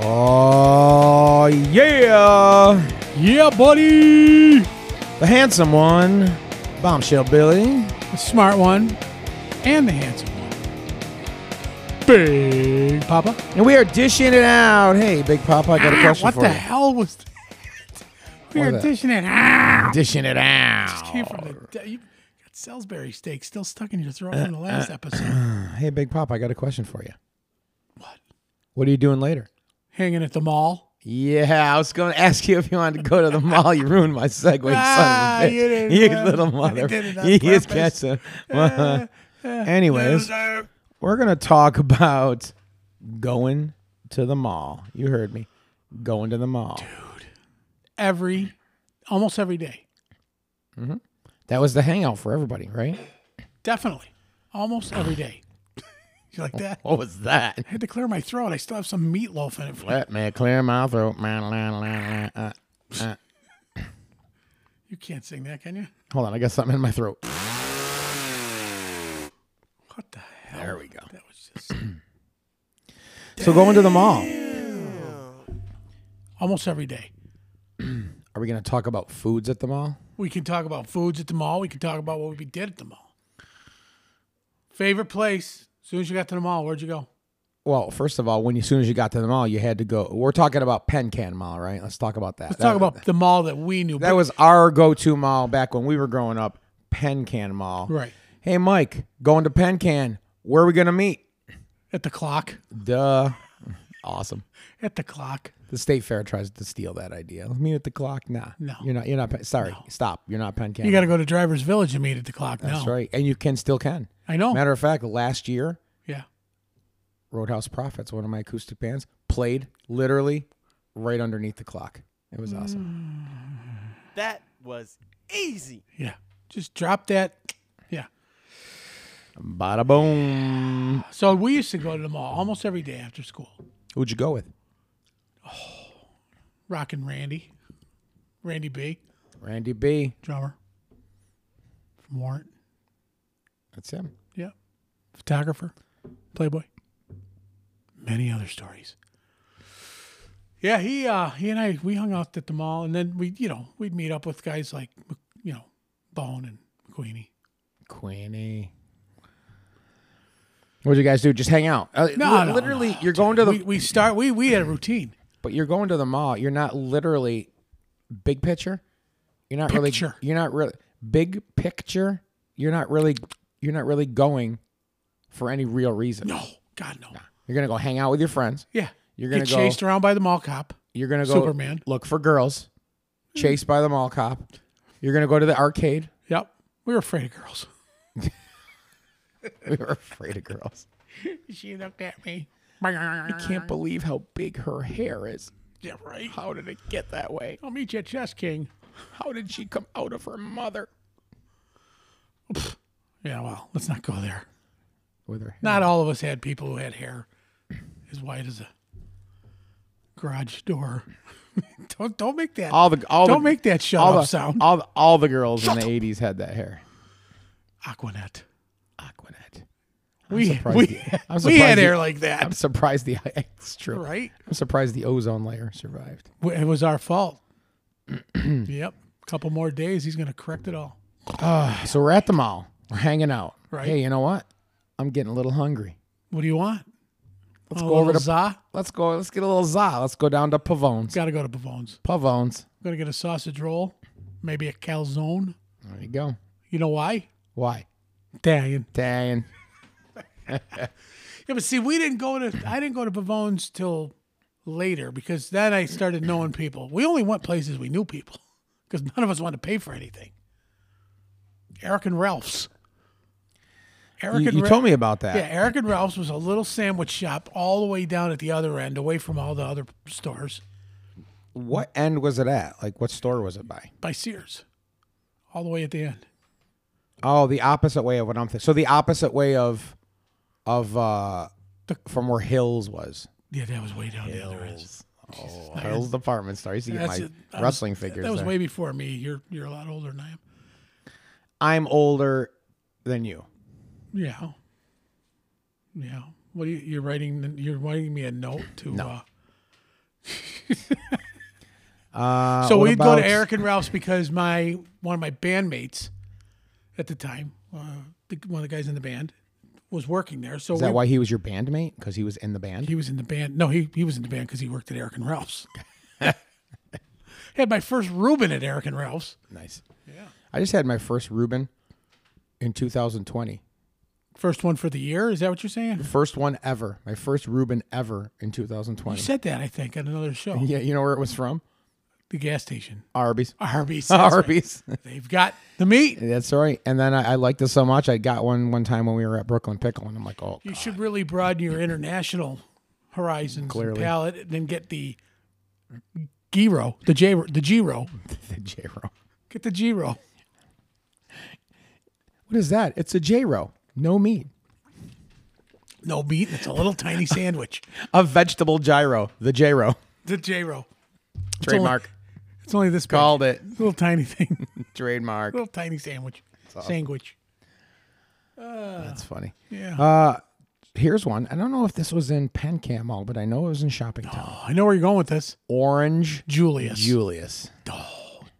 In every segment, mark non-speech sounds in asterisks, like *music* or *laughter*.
Oh, Yeah, buddy. The handsome one, Bombshell Billy. The smart one and the handsome one. Big Papa. And we are dishing it out. Hey, Big Papa, I got a Ah, question what for the you. hell was that? *laughs* We What were was that? dishing it out. Dishing it out. Came from the de- you got Salisbury steak still stuck in your throat from the *clears throat* last episode. Hey, Big Papa, I got a question for you. What? What are you doing later? Hanging at the mall. Yeah, I was going to ask you if you wanted to go *laughs* to the mall. You ruined my segue, son of a Ah, bitch. *laughs* you didn't know. little I mother. did *laughs* it on You is purpose. catching. Anyways, we're going to talk about going to the mall. You heard me. Going to the mall. Every, almost every day. That was the hangout for everybody, right? Definitely. Almost every day. you like that? What was that? I had to clear my throat. I still have some meatloaf in it. Let me clear my throat. Uh, uh. You can't sing that, can you? Hold on, I got something in my throat. What the hell? There we go. That was just So going to the mall. almost every day. Are we going to talk about foods at the mall? We can talk about foods at the mall. We can talk about what we did at the mall. Favorite place. As soon as you got to the mall, where'd you go? Well, first of all, when you, as soon as you got to the mall, you had to go. We're talking about Penn Can Mall, right? Let's talk about that. Let's talk about the mall that we knew. that was our go-to mall back when we were growing up. Penn Can Mall. right Hey, Mike, going to Penn Can. Where are we gonna meet? at the clock. Duh. Awesome. At the clock. The state fair tries to steal that idea. Let me at the clock. Nah. No. You're not. You're not. Penn- Sorry. Stop. You're not Penn Can. You got to go to Drivers Village and meet at the clock. That's no, right. And you can still can. I know. Matter of fact, last year, yeah, Roadhouse Prophets, one of my acoustic bands, played literally right underneath the clock. It was awesome. That was easy. yeah. Just drop that. Yeah. Mm. Bada boom. So we used to go to the mall almost every day after school. Who'd you go with? Rockin' Randy, Randy B, Randy B. drummer from Warrant. That's him. Yeah. Photographer, Playboy. Many other stories. Yeah, he uh he and I we hung out at the mall and then we you know, we'd meet up with guys like you know, Bone and McQueenie. Queenie. What'd you guys do? Just hang out. Uh, No, li- no, literally, no, you're going to the, We, we start we we had a routine. but you're going to the mall. You're not literally big picture. You're not Picture. really. You're not really big picture. You're not really. You're not really going for any real reason. No, God no. You're gonna go hang out with your friends. Yeah. You're gonna Get go- chased around by the mall cop. You're gonna go Superman. look for girls, chased by the mall cop. You're gonna go to the arcade. *laughs* Yep. We were afraid of girls. We were afraid of girls. She looked at me. I can't believe how big her hair is. Yeah, right. How did it get that way? I'll meet you at Chess King. How did she come out of her mother? Yeah, well, let's not go there. With her hair. Not all of us had people who had hair as white as a garage door. *laughs* don't don't make that. all the all don't the, make that shut all up the, sound. All the, all the girls in the eighties had that hair. Aquanet. Aquanet. We surprised *laughs* we, you- I'm we had surprised you- hair like I'm that, surprised the *laughs* it's true. *laughs* right? I'm surprised the ozone layer survived. W- It was our *clears throat* fault. yep. Couple more days, he's gonna correct it all. So we're at the mall. We're hanging out. Right. Hey, you know what? I'm getting a little hungry. What do you want? Oh, Let's A go over little to za. let's go let's get a little za. Let's go down to Pavone's. Got to go to Pavone's. Pavone's. I'm gonna get a sausage roll, maybe a calzone. There you go. You know why? Why? Italian. Italian. Yeah, but see, we didn't go to I didn't go to Pavone's till later because then I started knowing people. We only went places we knew people *laughs* because none of us wanted to pay for anything. Eric and Ralph's. Eric You, and you Ra- told me about that. Yeah, Eric and Ralph's was a little sandwich shop all the way down at the other end, away from all the other stores What end was it at? Like what store was it by? by Sears, all the way at the end. Oh, the opposite way of what I'm thinking. So the opposite way of of uh The- from where Hills was. Yeah, that was way down the other end. Oh, Hills Department Store. I used to get That's my it. I was- wrestling figures. That was there. way before me. You're you're a lot older than I am. I'm older than you. Yeah. Yeah. What are you, you're writing? You're writing me a note to. Uh, *laughs* Uh, So what we'd go about- to Eric and Ralph's because my one of my bandmates at the time, uh, the, one of the guys in the band, was working there. So Is that we- why he was your bandmate? Because he was in the band. he was in the band. No, he he was in the band because he worked at Eric and Ralph's. *laughs* Had my first Reuben at Eric and Ralph's. Nice. Yeah. I just had my first Reuben in 2020. First one for the year. Is that what you're saying? First one ever. My first Reuben ever in 2020. You said that I think on another show, yeah, you know where it was from? the gas station, *laughs* Arby's. Arby's. That's right. Arby's. They've got the meat. That's all right. And then I, I liked it so much, I got one one time when we were at Brooklyn Pickle, and I'm like, oh, You should really broaden your international horizons and Clearly. palate, and then get the gyro, the J, the gyro. *laughs* the J Ro. Get the gyro. What is that? It's a J Ro. No meat. No meat. It's a little tiny sandwich. A vegetable gyro. The J Ro. The gyro. Trademark. It's only this big. Called it. It's a little tiny thing. *laughs* Trademark. little tiny sandwich. Sandwich. That's funny. Yeah. Here's one. I don't know if this was in Penn Cam Mall, but I know it was in Shopping *gasps* Town. Oh, I know where you're going with this. Orange Julius. Julius.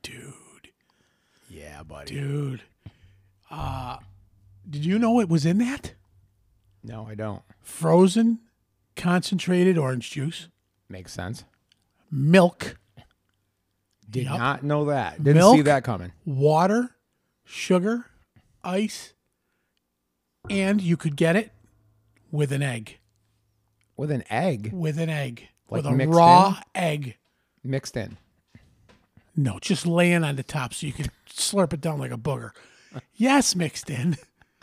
dude. Yeah, buddy. Dude. Uh, did you know it was in that? No, I don't. Frozen concentrated orange juice, Makes sense. milk, Did Yep. not know that. Didn't see Milk? that coming. water, sugar, ice, and you could get it with an egg. With an egg With an egg. Like with a mixed raw egg. mixed in. *laughs* No, just laying on the top so you can slurp it down like *laughs* a booger. Yes, mixed in.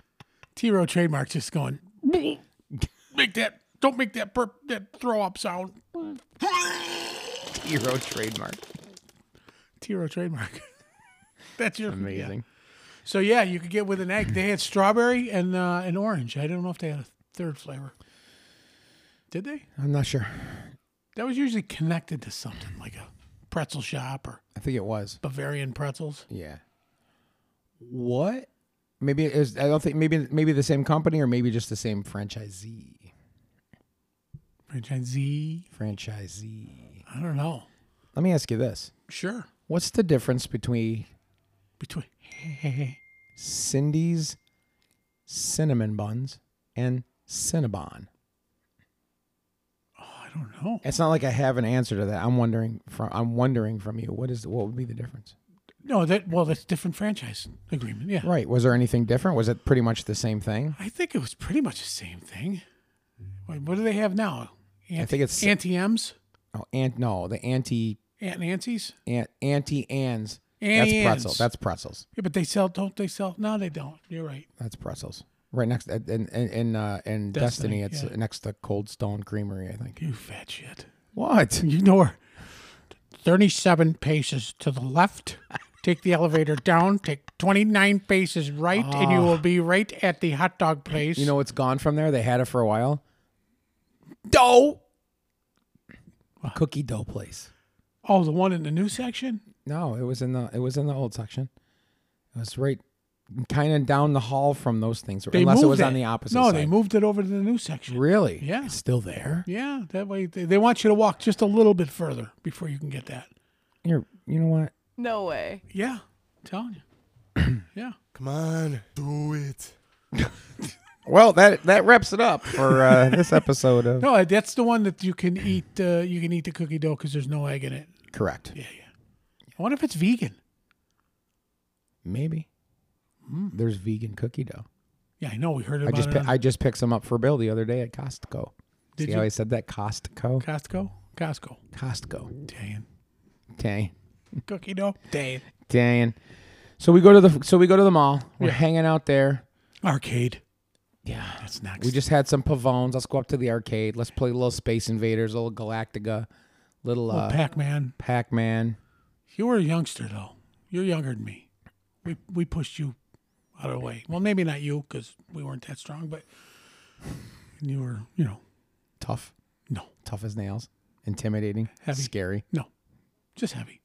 *laughs* T Row trademark *laughs* just going, make that, don't make that burp, that throw up sound. Hero trademark. T Row trademark. *laughs* That's your yeah. Amazing. So, yeah, you could get with an egg. They had strawberry and uh, an orange. I don't know if they had a third flavor. Did they? I'm not sure. That was usually connected to something like a pretzel shop or I think it was. Bavarian pretzels. Yeah. What? Maybe it was, I don't think maybe maybe the same company or maybe just the same franchisee. Franchisee. Franchisee. I don't know. Let me ask you this. Sure. What's the difference between Between. *laughs* Cindy's cinnamon buns and Cinnabon? oh, I don't know. It's not like I have an answer to that. I'm wondering from I'm wondering from you what is what would be the difference? No, that well, that's different franchise agreement. Yeah, Right. Was there anything different? Was it pretty much the same thing? I think it was pretty much the same thing. Wait, what do they have now? Anti, think it's- Auntie M's, Oh, and no, the anti Aunt Nancy's. ant, anti Ann's. That's Annie pretzel. Ann's. That's pretzels. Yeah, but they sell. Don't they sell? No, they don't. You're right. That's pretzels. Right next and in in uh, in Destiny, Destiny, it's yeah. next to Cold Stone Creamery, I think. You fat shit. What? You know her. Thirty-seven paces to the left. Take the elevator down. Take twenty-nine paces right, and you will be right at the hot dog place. Ah. You know it's gone from there. They had it for a while. dough. Cookie dough place. Oh, the one in the new section. No, it was in the it was in the old section. It was right kind of down the hall from those things. They unless it moved was on the opposite No, side. they moved it over to the new section. Really? Yeah. It's still there. Yeah, that way they, they want you to walk just a little bit further before you can get that. You're you know what? No way. Yeah, *clears throat* I'm telling you. yeah. Come on, do it. Well, that that wraps it up for *laughs* uh, this episode of No, uh, that's the one that you can eat. Uh, you can eat the cookie dough because there's no egg in it. Correct. Yeah, yeah. I wonder if it's vegan. Maybe. There's vegan cookie dough. Yeah, I know. We heard I Hmm. about just it. pi- on I just picked some up for Bill the other day at Costco. Did See you? how I said that Costco? Costco. *laughs* Costco. Costco. Dang. Dang. Cookie dough. Dang. Dang. So we go to the so we go to the mall. We're Yeah. hanging out there. Arcade. Yeah. That's next. We just had some pavones. Let's go up to the arcade. Let's play little Space Invaders, little Galactica, little oh, uh, Pac Man. Pac Man. You were a youngster though. You're younger than me. We we pushed you out of the way. Well, maybe not you because we weren't that strong, but you were, you know, Tough, no, tough as nails, intimidating, Heavy. scary. no, *laughs* just heavy.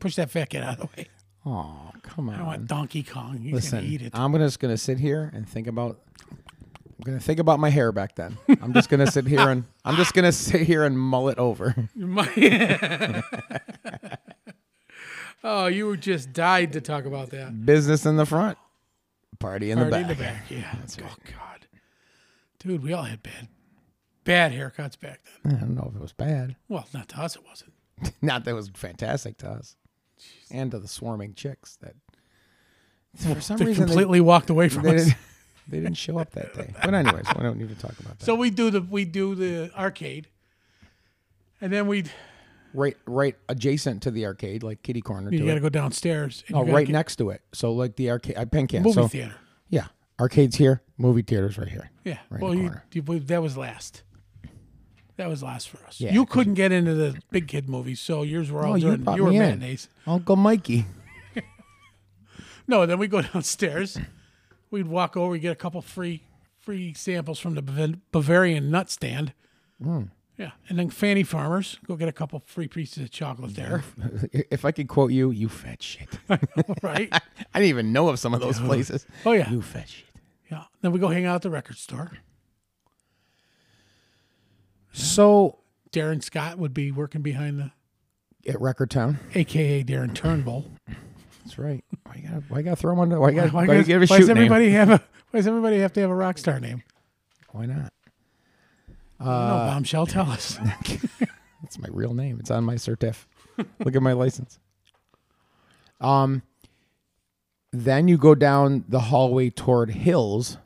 Push that fat kid out of the way. Oh, come I want on! Donkey Kong. He's Listen, *laughs* gonna eat it. I'm gonna- just gonna sit here and think about gonna think about my hair back then. I'm just gonna sit here and I'm just gonna sit here and mull it over. You might- *laughs* oh, you just died to talk about that. Business in the front, party in Already the in back. the back. Yeah. oh God, dude, we all had bad, bad haircuts back then. I don't know if it was bad. *laughs* Well, not to us, it wasn't. Not that it was fantastic to us, and to the swarming chicks that for some They reason they, completely walked away from they, us. didn't, *laughs* they didn't show up that day. But anyways, I don't even talk about that. So we do the we do the arcade, and then we right, right adjacent to the arcade, like kitty corner. you to got to it. go downstairs. And Oh, you gotta right get next to it. So like the arcade, I pen can. movie so theater. yeah, arcades here, movie theaters right here. Yeah. right in well, the you, corner. you, believe- that was last. That was last for us. Yeah, you 'cause couldn't get into the big kid movies, so yours were all Oh, you during. brought were me in. matinees. Uncle Mikey. *laughs* No, then we go *laughs* downstairs. We'd walk over, get a couple free free samples from the Bav- Bavarian nut stand. Hmm. Yeah, and then Fanny Farmers go get a couple free pieces of chocolate there, if I could quote you, you fat shit. I *laughs* right? didn't even know of some of *laughs* those places. Oh yeah, You fat shit. yeah. Then we go hang out at the record store. So Darren Scott would be working behind the, at Record Town. AKA Darren Turnbull. That's right. Why you gotta, why you gotta throw him under? *laughs* Why you gotta, why, Why, you does, give a why shoot does name? everybody have a Why does everybody have to have a rock star name? Why not? no, Uh, bombshell, *laughs* tell us. That's my real name. It's on my certif. Look at my license. Um, then you go down the hallway toward Hills,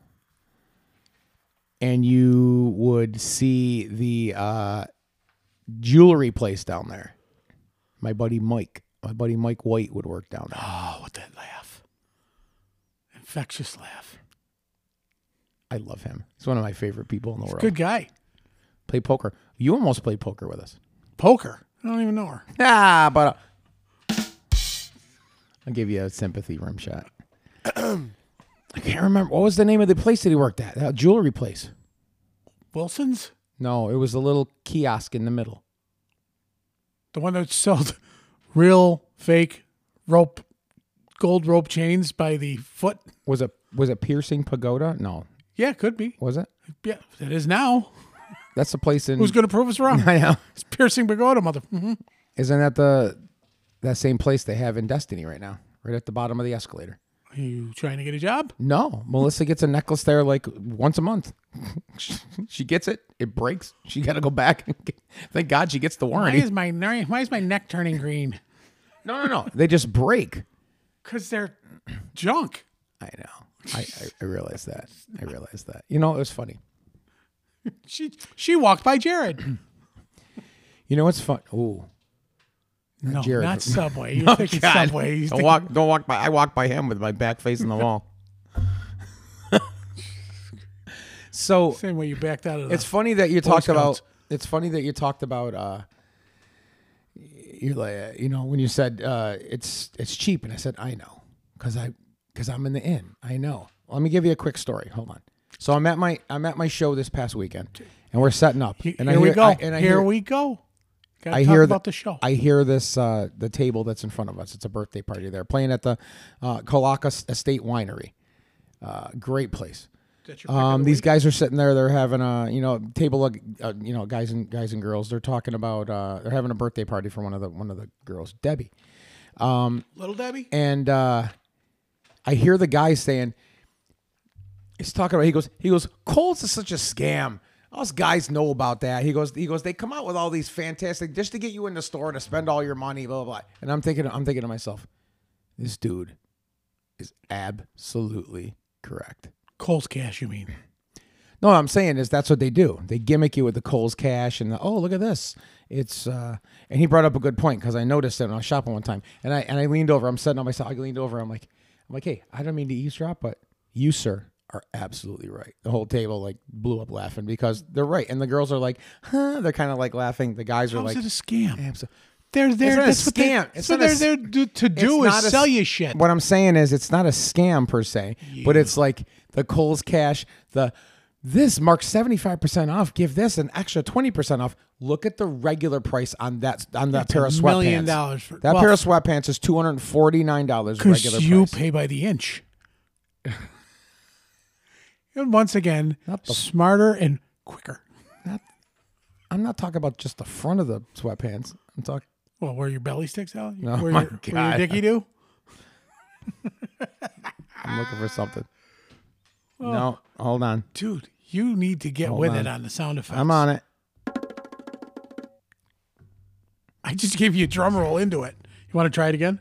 and you would see the uh, jewelry place down there. My buddy Mike, my buddy Mike White would work down there. oh, with that laugh, infectious laugh. I love him. He's one of my favorite people in the world. Good guy. Play poker. You almost played poker with us. Poker. I don't even know her. Ah, but uh, I'll give you a sympathy rim shot. *clears throat* I can't remember what was the name of the place that he worked at. That jewelry place. Wilson's. No, it was a little kiosk in the middle. The one that sold *laughs* real fake rope, gold rope chains by the foot. Was it was it piercing pagoda? No, Yeah, could be. was it? Yeah, it is now. That's the place in. Who's going to prove us wrong? *laughs* I know. It's piercing pagoda, mother. *laughs* Mhm. Isn't that the that same place they have in Destiny right now? Right at the bottom of the escalator. Are you trying to get a job? No, Melissa gets a necklace there like once a month. *laughs* she gets it, it breaks. She got to go back. And get, thank God she gets the Why warranty. is my ner- why is my neck turning green? No, no, no. They just break. Because they're *clears throat* junk. I know. I, I, I realize that. I realize that. You know, it was funny. She she walked by Jared. *clears throat* You know what's fun? Ooh, No, Jared. Oh, *laughs* not Subway. You're thinking God. Oh. Subway. You're Don't thinking, walk. Don't walk by. I walk by him with my back facing the wall. *laughs* so same way you backed out of the it's funny that you talked Scouts. about. It's funny that you talked about. uh You're like, you know, when you said uh it's it's cheap, and I said I know because I because I'm in the inn. I know. Let me give you a quick story. Hold on. So I'm at my I'm at my show this past weekend, and we're setting up. He- and here I we hear- go. I- and I here hear, we go. Gotta I talk hear about the- the show. I hear this uh, the table that's in front of us. It's a birthday party. They're playing at the uh, Kalaka Estate Winery. Uh, great place. That's your pick of Um, the these week. guys are sitting there. They're having a you know table of uh, you know guys and guys and girls. They're talking about uh, they're having a birthday party for one of the one of the girls, Debbie. Little Debbie. And uh, I hear the guy saying, he's talking about he goes he goes colds is such a scam us guys know about that he goes he goes they come out with all these fantastic just to get you in the store to spend all your money blah blah blah and i'm thinking i'm thinking to myself this dude is absolutely correct Cole's cash, you mean? no, what I'm saying is that's what they do. They gimmick you with the Coles cash and the, oh look at this. It's uh, and he brought up a good point because I noticed it when I was shopping one time and I and I leaned over. I'm sitting on myself. I leaned over. I'm like, I'm like, hey, I don't mean to eavesdrop, but you sir are absolutely right. The whole table like blew up laughing because they're right, and the girls are like, huh? They're kind of like laughing. The guys are How's like, it a scam? "Abso-" They're there. not a That's what scam. they- That's It's what not a they're s- there to to do not is a sell s- you shit. What I'm saying is it's not a scam per se, but it's like the Kohl's cash, the this marks 75% off, give this an extra 20% off. Look at the regular price on that on that pair of sweatpants. million dollars for- that well- pair of sweatpants is $249 regular Because you price. pay by the inch. And once again, Not the- smarter and quicker. I'm not talking about just the front of the sweatpants. I'm talking. Well, where your belly sticks out? Oh, where, my your, where God. your dicky do? I'm looking for something. No, hold on. Dude, you need to get with on. it on the sound effects. I'm on it. I just gave you a drum roll into it. You want to try it again?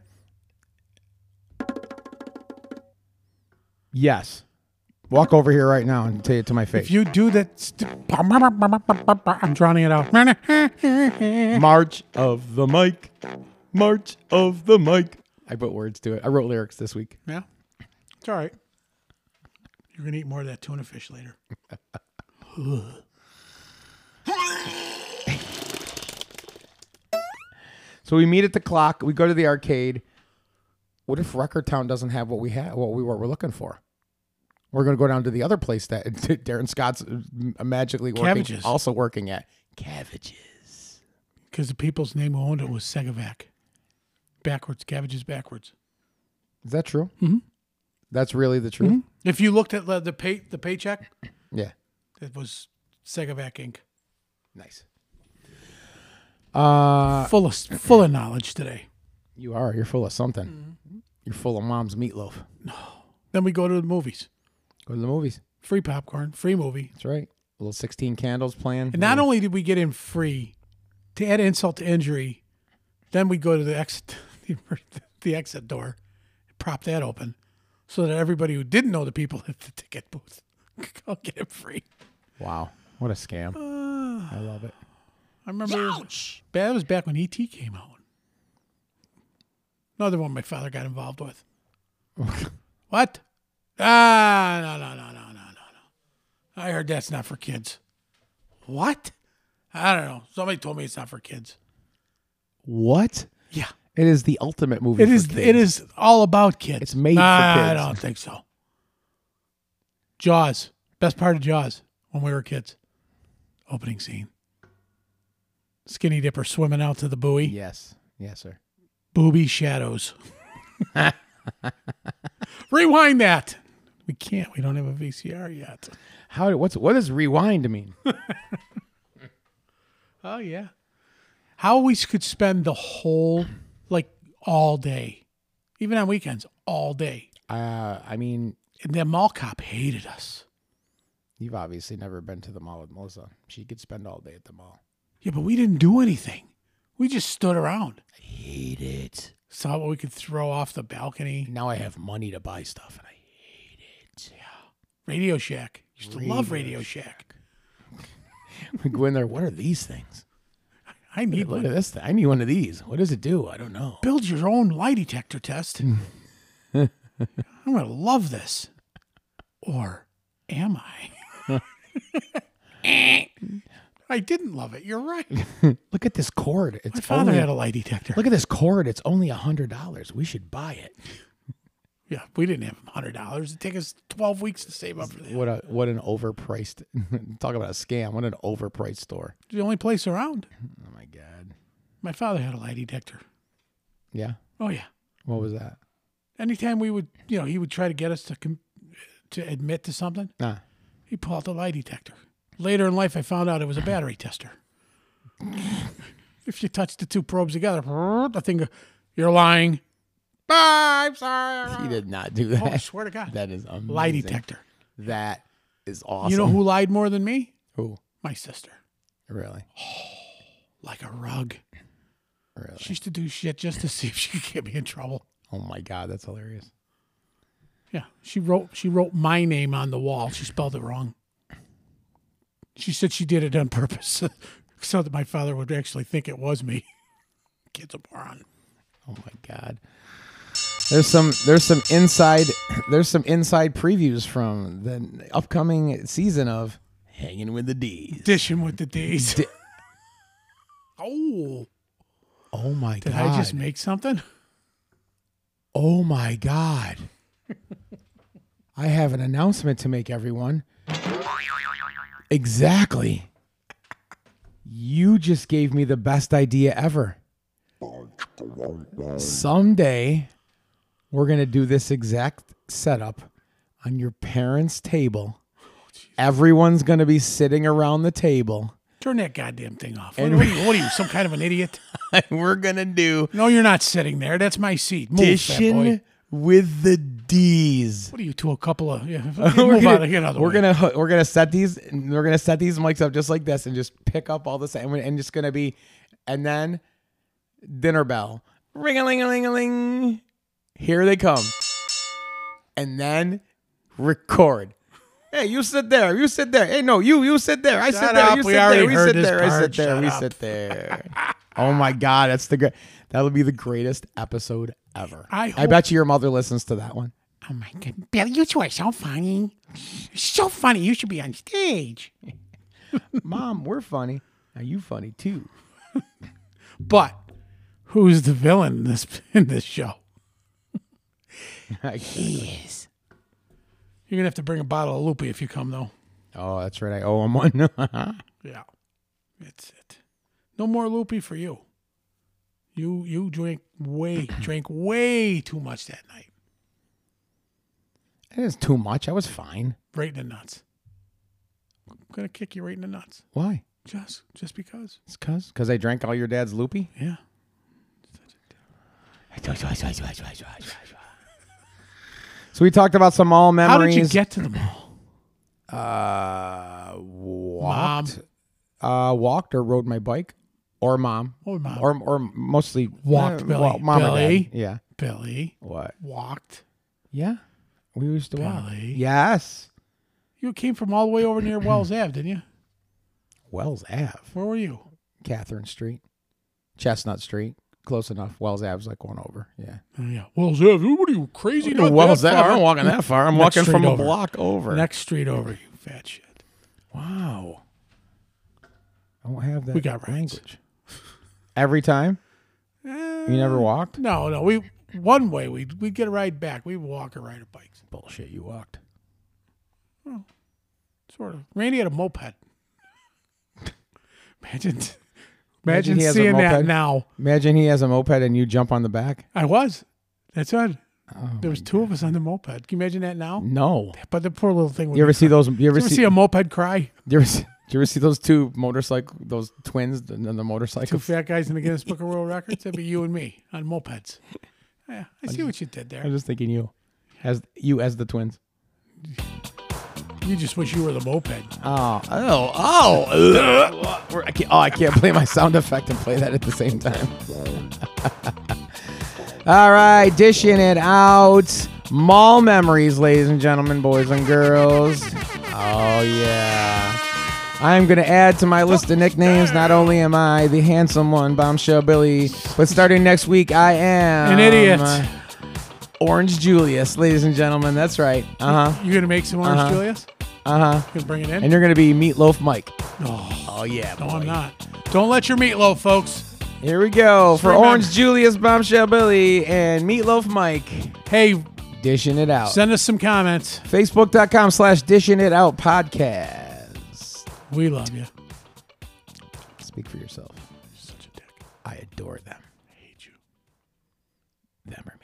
Yes. Walk over here right now and tell it to my If face. you do that, st- I'm drowning it out. *laughs* March of the mic. March of the mic. I put words to it. I wrote lyrics this week. Yeah, it's all right. You're gonna eat more of that tuna fish later. So we meet at the clock. We go to the arcade. What if Record Town doesn't have what we have, what we were, we're looking for? We're going to go down to the other place that *laughs* Darren Scott's uh, magically working, Cabbages. also working at. Cabbages. Because the people's name who owned it was Segovac. Backwards, cabbages backwards. Is that true? Mm-hmm. That's really the truth. If you looked at the the pay the paycheck, Yeah. it was Segovac Inc. Nice. Uh, Full of full of knowledge today. you are. You're full of something. You're full of mom's meatloaf. Then we go to the movies. Go to the movies. Free popcorn, free movie. That's right. little 16 candles playing. And not only did we get in free, to add insult to injury, then we go to the exit, *laughs* the, emer- the exit door, prop that open, so that everybody who didn't know the people *laughs* at the ticket booth could go get it free. wow. What a scam. Uh, I love it. I remember it was, that was back when ET came out. Another one my father got involved with. what? Ah, no, no, no, no, no, no, no. I heard that's not for kids. What? I don't know. Somebody told me it's not for kids. What? Yeah, It is the ultimate movie. it for is. kids. It is all about kids. It's made for I kids. don't think so. Jaws, best part of Jaws when we were kids. Opening scene. Skinny Dipper swimming out to the buoy. Yes. Yes, sir. Booby shadows. *laughs* Rewind that. We can't. We don't have a VCR yet. How? What's what does rewind *laughs* mean? Oh yeah. How we could spend the whole, like all day, even on weekends, all day. uh, I mean, And the mall cop hated us. you've obviously never been to the mall with Melissa. She could spend all day at the mall. Yeah, but we didn't do anything. We just stood around, Hate it. saw what we could throw off the balcony. Now I have money to buy stuff, and I Radio Shack. Used to love Radio Shack. we *laughs* go in there. What are these things? I need Look one. at this thing. I need one of these. What does it do? I don't know. *laughs* build your own lie detector test. Hmm. *laughs* I'm going to love this. Or am I? *laughs* I didn't love it. *laughs* You're right. My Look at this cord. It's father only- had a lie detector. Look at this cord. It's only a hundred dollars. We should buy it. Yeah, we didn't have $100. It'd take us 12 weeks to save up for that. What a what an overpriced. *laughs* talk about a scam. What an overpriced store. It's the only place around. Oh my god. My father had a lie detector. Yeah. Oh, yeah. What was that? Anytime we would, you know, he would try to get us to com- to admit to something, Ah. he pulled out the lie detector. Later in life, I found out it was a battery tester. if you touch the two probes together, *laughs* the thing, go- you're lying. Bye, I'm sorry. He did not do Oh, I that. swear to *laughs* God. that is amazing. lie detector. That is awesome. You know who lied more than me? who? My sister. Really? Like a rug. Really? She used to do shit just to see if she could get me in trouble. Oh my god, that's hilarious. Yeah, she wrote she wrote my name on the wall. She spelled it wrong. She said she did it on purpose, *laughs* so that my father would actually think it was me. *laughs* Kid's a moron. Oh my god. There's some there's some inside *clears throat* there's some inside previews from the upcoming season of Hanging with the D's. Dishing with the D's. *laughs* oh, Oh my did god. I just make something? Oh my God. I have an announcement to make, everyone. Exactly. You just gave me the best idea ever. Someday, we're going to do this exact setup on your parents' table Everyone's gonna be sitting around the table. *laughs* Turn that goddamn thing off. What, what are you, what are you, some kind of an idiot? We're gonna do No, you're not sitting there. That's my seat. Move, fat boy. dishing with the D's. What are you to a couple of? Yeah, *laughs* we're move gonna, out of here another we're way. gonna ho- we're gonna set these we're gonna set these mics up just like this and just pick up all this and, we- and just gonna be and then dinner bell ring a ling a ling a ling here they come and then record hey you sit there you sit there hey no you you sit there I sit Shut there up, you sit we there already we heard sit this there I part, sit there shut we up. sit *laughs* there oh my god that's the great that would be the greatest episode ever I I hope- bet you your mother listens to that one. Oh my god, Bill, you two are so funny. So funny. You should be on stage. Mom, we're funny. Now you funny too. *laughs* But who's the villain in this *laughs* in this show? He is. You're gonna have to bring a bottle of loopy if you come though. oh, that's right. I owe him one. *laughs* Yeah, that's it. No more loopy for you. You you drink way *clears throat* drank way too much that night. it is too much. I was fine. Right in the nuts. I'm gonna kick you right in the nuts. Why? Just just because. It's cause cause I drank all your dad's loopy. Yeah. So we talked about some mall How memories. did you get to the *clears throat* mall? Uh, Mom. walked. Uh, walked or rode my bike, or mom, Or mom. or or mostly Walked, uh, Billy. well, mom or Billy. dad. Yeah. Billy What? walked. Yeah. We used to walk. Billy. Yes. You came from all the way over *clears throat* near Wells Ave, didn't you? Wells Ave. Where were you? Catherine Street, Chestnut Street, close enough. Wells Ave's like one over. Yeah. Oh, yeah. Wells Ave. What are you crazy? Not Wells that Ave. far. I'm walking that far. I'm Next walking from street a over. block over. Next street over, you fat shit. Wow. I don't have that. We got rides. Every time Eh, you never walked. No, no. We one way we we get a ride back. We walk or ride our bikes. Bullshit. You walked. Sort of. Randy had a moped. *laughs* imagine, Imagine imagine he has a seeing that moped. now. Imagine he has a moped and you jump on the back. I was. That's right. Oh, There was two of us on the moped. Can you imagine that now? No. But the poor little thing. Would You ever be- see those? You ever you ever see? see a moped cry? you ever see? Do you ever see those two motorcycle, those twins on the Two motorcycle? *laughs* fat guys in the Guinness Book of World Records. That'd be you and me on mopeds. Yeah, I see what you did I'm there. just thinking you, as you as the twins. You just wish you were the moped. Oh, oh, oh! We're- I can't, oh, I can't play my sound effect and play that at the same time. *laughs* All right, dishing it out. Mall memories, ladies and gentlemen, boys and girls. Oh yeah. I'm gonna add to my list of nicknames. Not only am I the handsome one, bombshell Billy, but starting next week, I am An idiot. uh, Orange Julius, ladies and gentlemen. That's right. Uh huh. You gonna make some orange Uh-huh. Julius? Uh huh. You gonna bring it in? And you're gonna be Meatloaf Mike. oh, Oh yeah. no, boy. I'm not. Don't let your meatloaf, folks. Here we go for Straight man. Orange Julius, Bombshell Billy, and Meatloaf Mike Hey, dishing it out. send us some comments. Facebook.com slash dishing it out podcast. We love you. Speak for yourself. Such a dick. I adore them. I hate you. Them are